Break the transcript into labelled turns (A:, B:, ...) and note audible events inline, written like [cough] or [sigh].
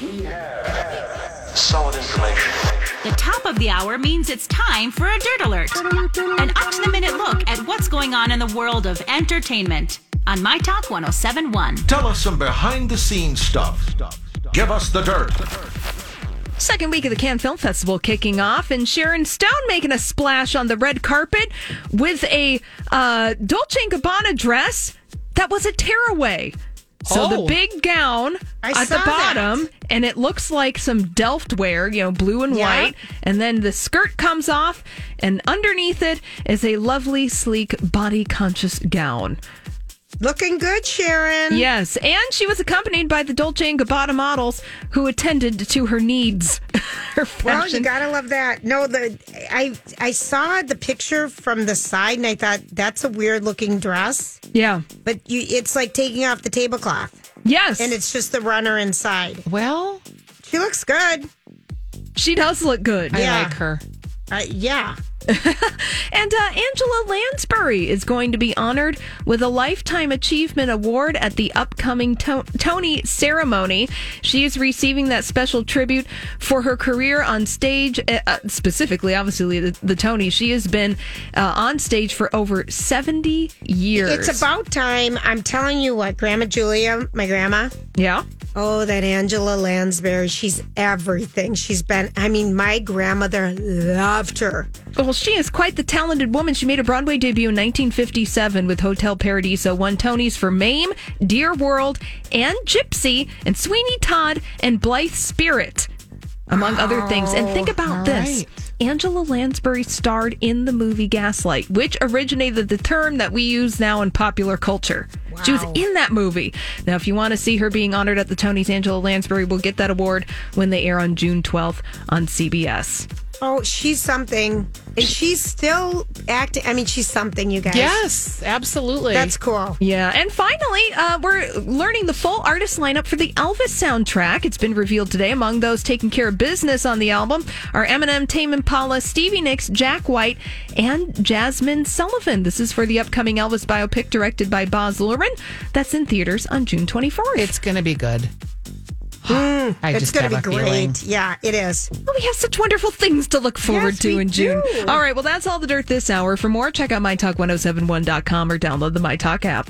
A: We have solid information.
B: The top of the hour means it's time for a Dirt Alert, an up to the minute look at what's going on in the world of entertainment on My Talk 1071.
C: Tell us some behind the scenes stuff. Give us the dirt.
D: Second week of the Cannes Film Festival kicking off, and Sharon Stone making a splash on the red carpet with a uh, Dolce & Gabbana dress that was a tearaway. So the
E: Oh.
D: big gown
E: I
D: at the
E: saw that.
D: bottom, and it looks like some Delft wear, you know, blue and
E: Yeah.
D: white. And then the skirt comes off, and underneath it is a lovely, sleek, body conscious gown.
E: Looking good, Sharon.
D: Yes, and she was accompanied by the Dolce and Gabbana models who attended to her needs. [laughs] her
E: Well,
D: fashion.
E: you gotta love that. No, the I I saw the picture from the side and I thought that's a weird looking dress,
D: yeah.
E: but you it's like taking off the tablecloth
D: Yes.
E: and it's just the runner inside.
F: Well,
E: She looks good.
D: she does look good.
F: I
E: Yeah.
F: like her.
E: Uh, yeah.
D: And uh, Angela Lansbury is going to be honored with a Lifetime Achievement Award at the upcoming to- Tony ceremony. She is receiving that special tribute for her career on stage, uh, uh, specifically, obviously, the, the Tony. She has been uh, on stage for over 70 years.
E: It's about time. I'm telling you what, Grandma Julia, my grandma.
D: Yeah.
E: Oh, that Angela Lansbury. She's everything. She's been, I mean, my grandmother loved her.
D: Well, she is quite the talented woman. She made a Broadway debut in 1957 with Hotel Paradiso, won Tonys for Mame, Dear World, and Gypsy, and Sweeney Todd, and Blythe Spirit, among other things. And think about this. Angela Lansbury starred in the movie Gaslight, which originated the term that we use now in popular culture. She was in that movie. Now, if you want to see her being honored at the Tonys, Angela Lansbury will get that award when they air on June 12th on CBS.
E: Oh, she's something. And she's still acting. I mean, she's something, you guys.
F: Yes, absolutely.
E: That's cool.
D: Yeah, and finally, uh, we're learning the full artist lineup for the Elvis soundtrack. It's been revealed today. Among those taking care of business on the album are Eminem, Tame Impala, Stevie Nicks, Jack White, and Jasmine Sullivan. This is for the upcoming Elvis biopic directed by Boz Luhrmann. That's in theaters on June 24th.
F: it's going to be good. I
E: Hmm, It's
F: just
E: going
F: have
E: to be
F: a feeling.
E: great. Yeah, it is.
D: Well, we have such wonderful things to look forward
E: Yes,
D: to
E: we
D: in June.
E: do.
D: oh All right, well, that's all the dirt this hour. For more, check out mytalk1071.com or download the MyTalk app.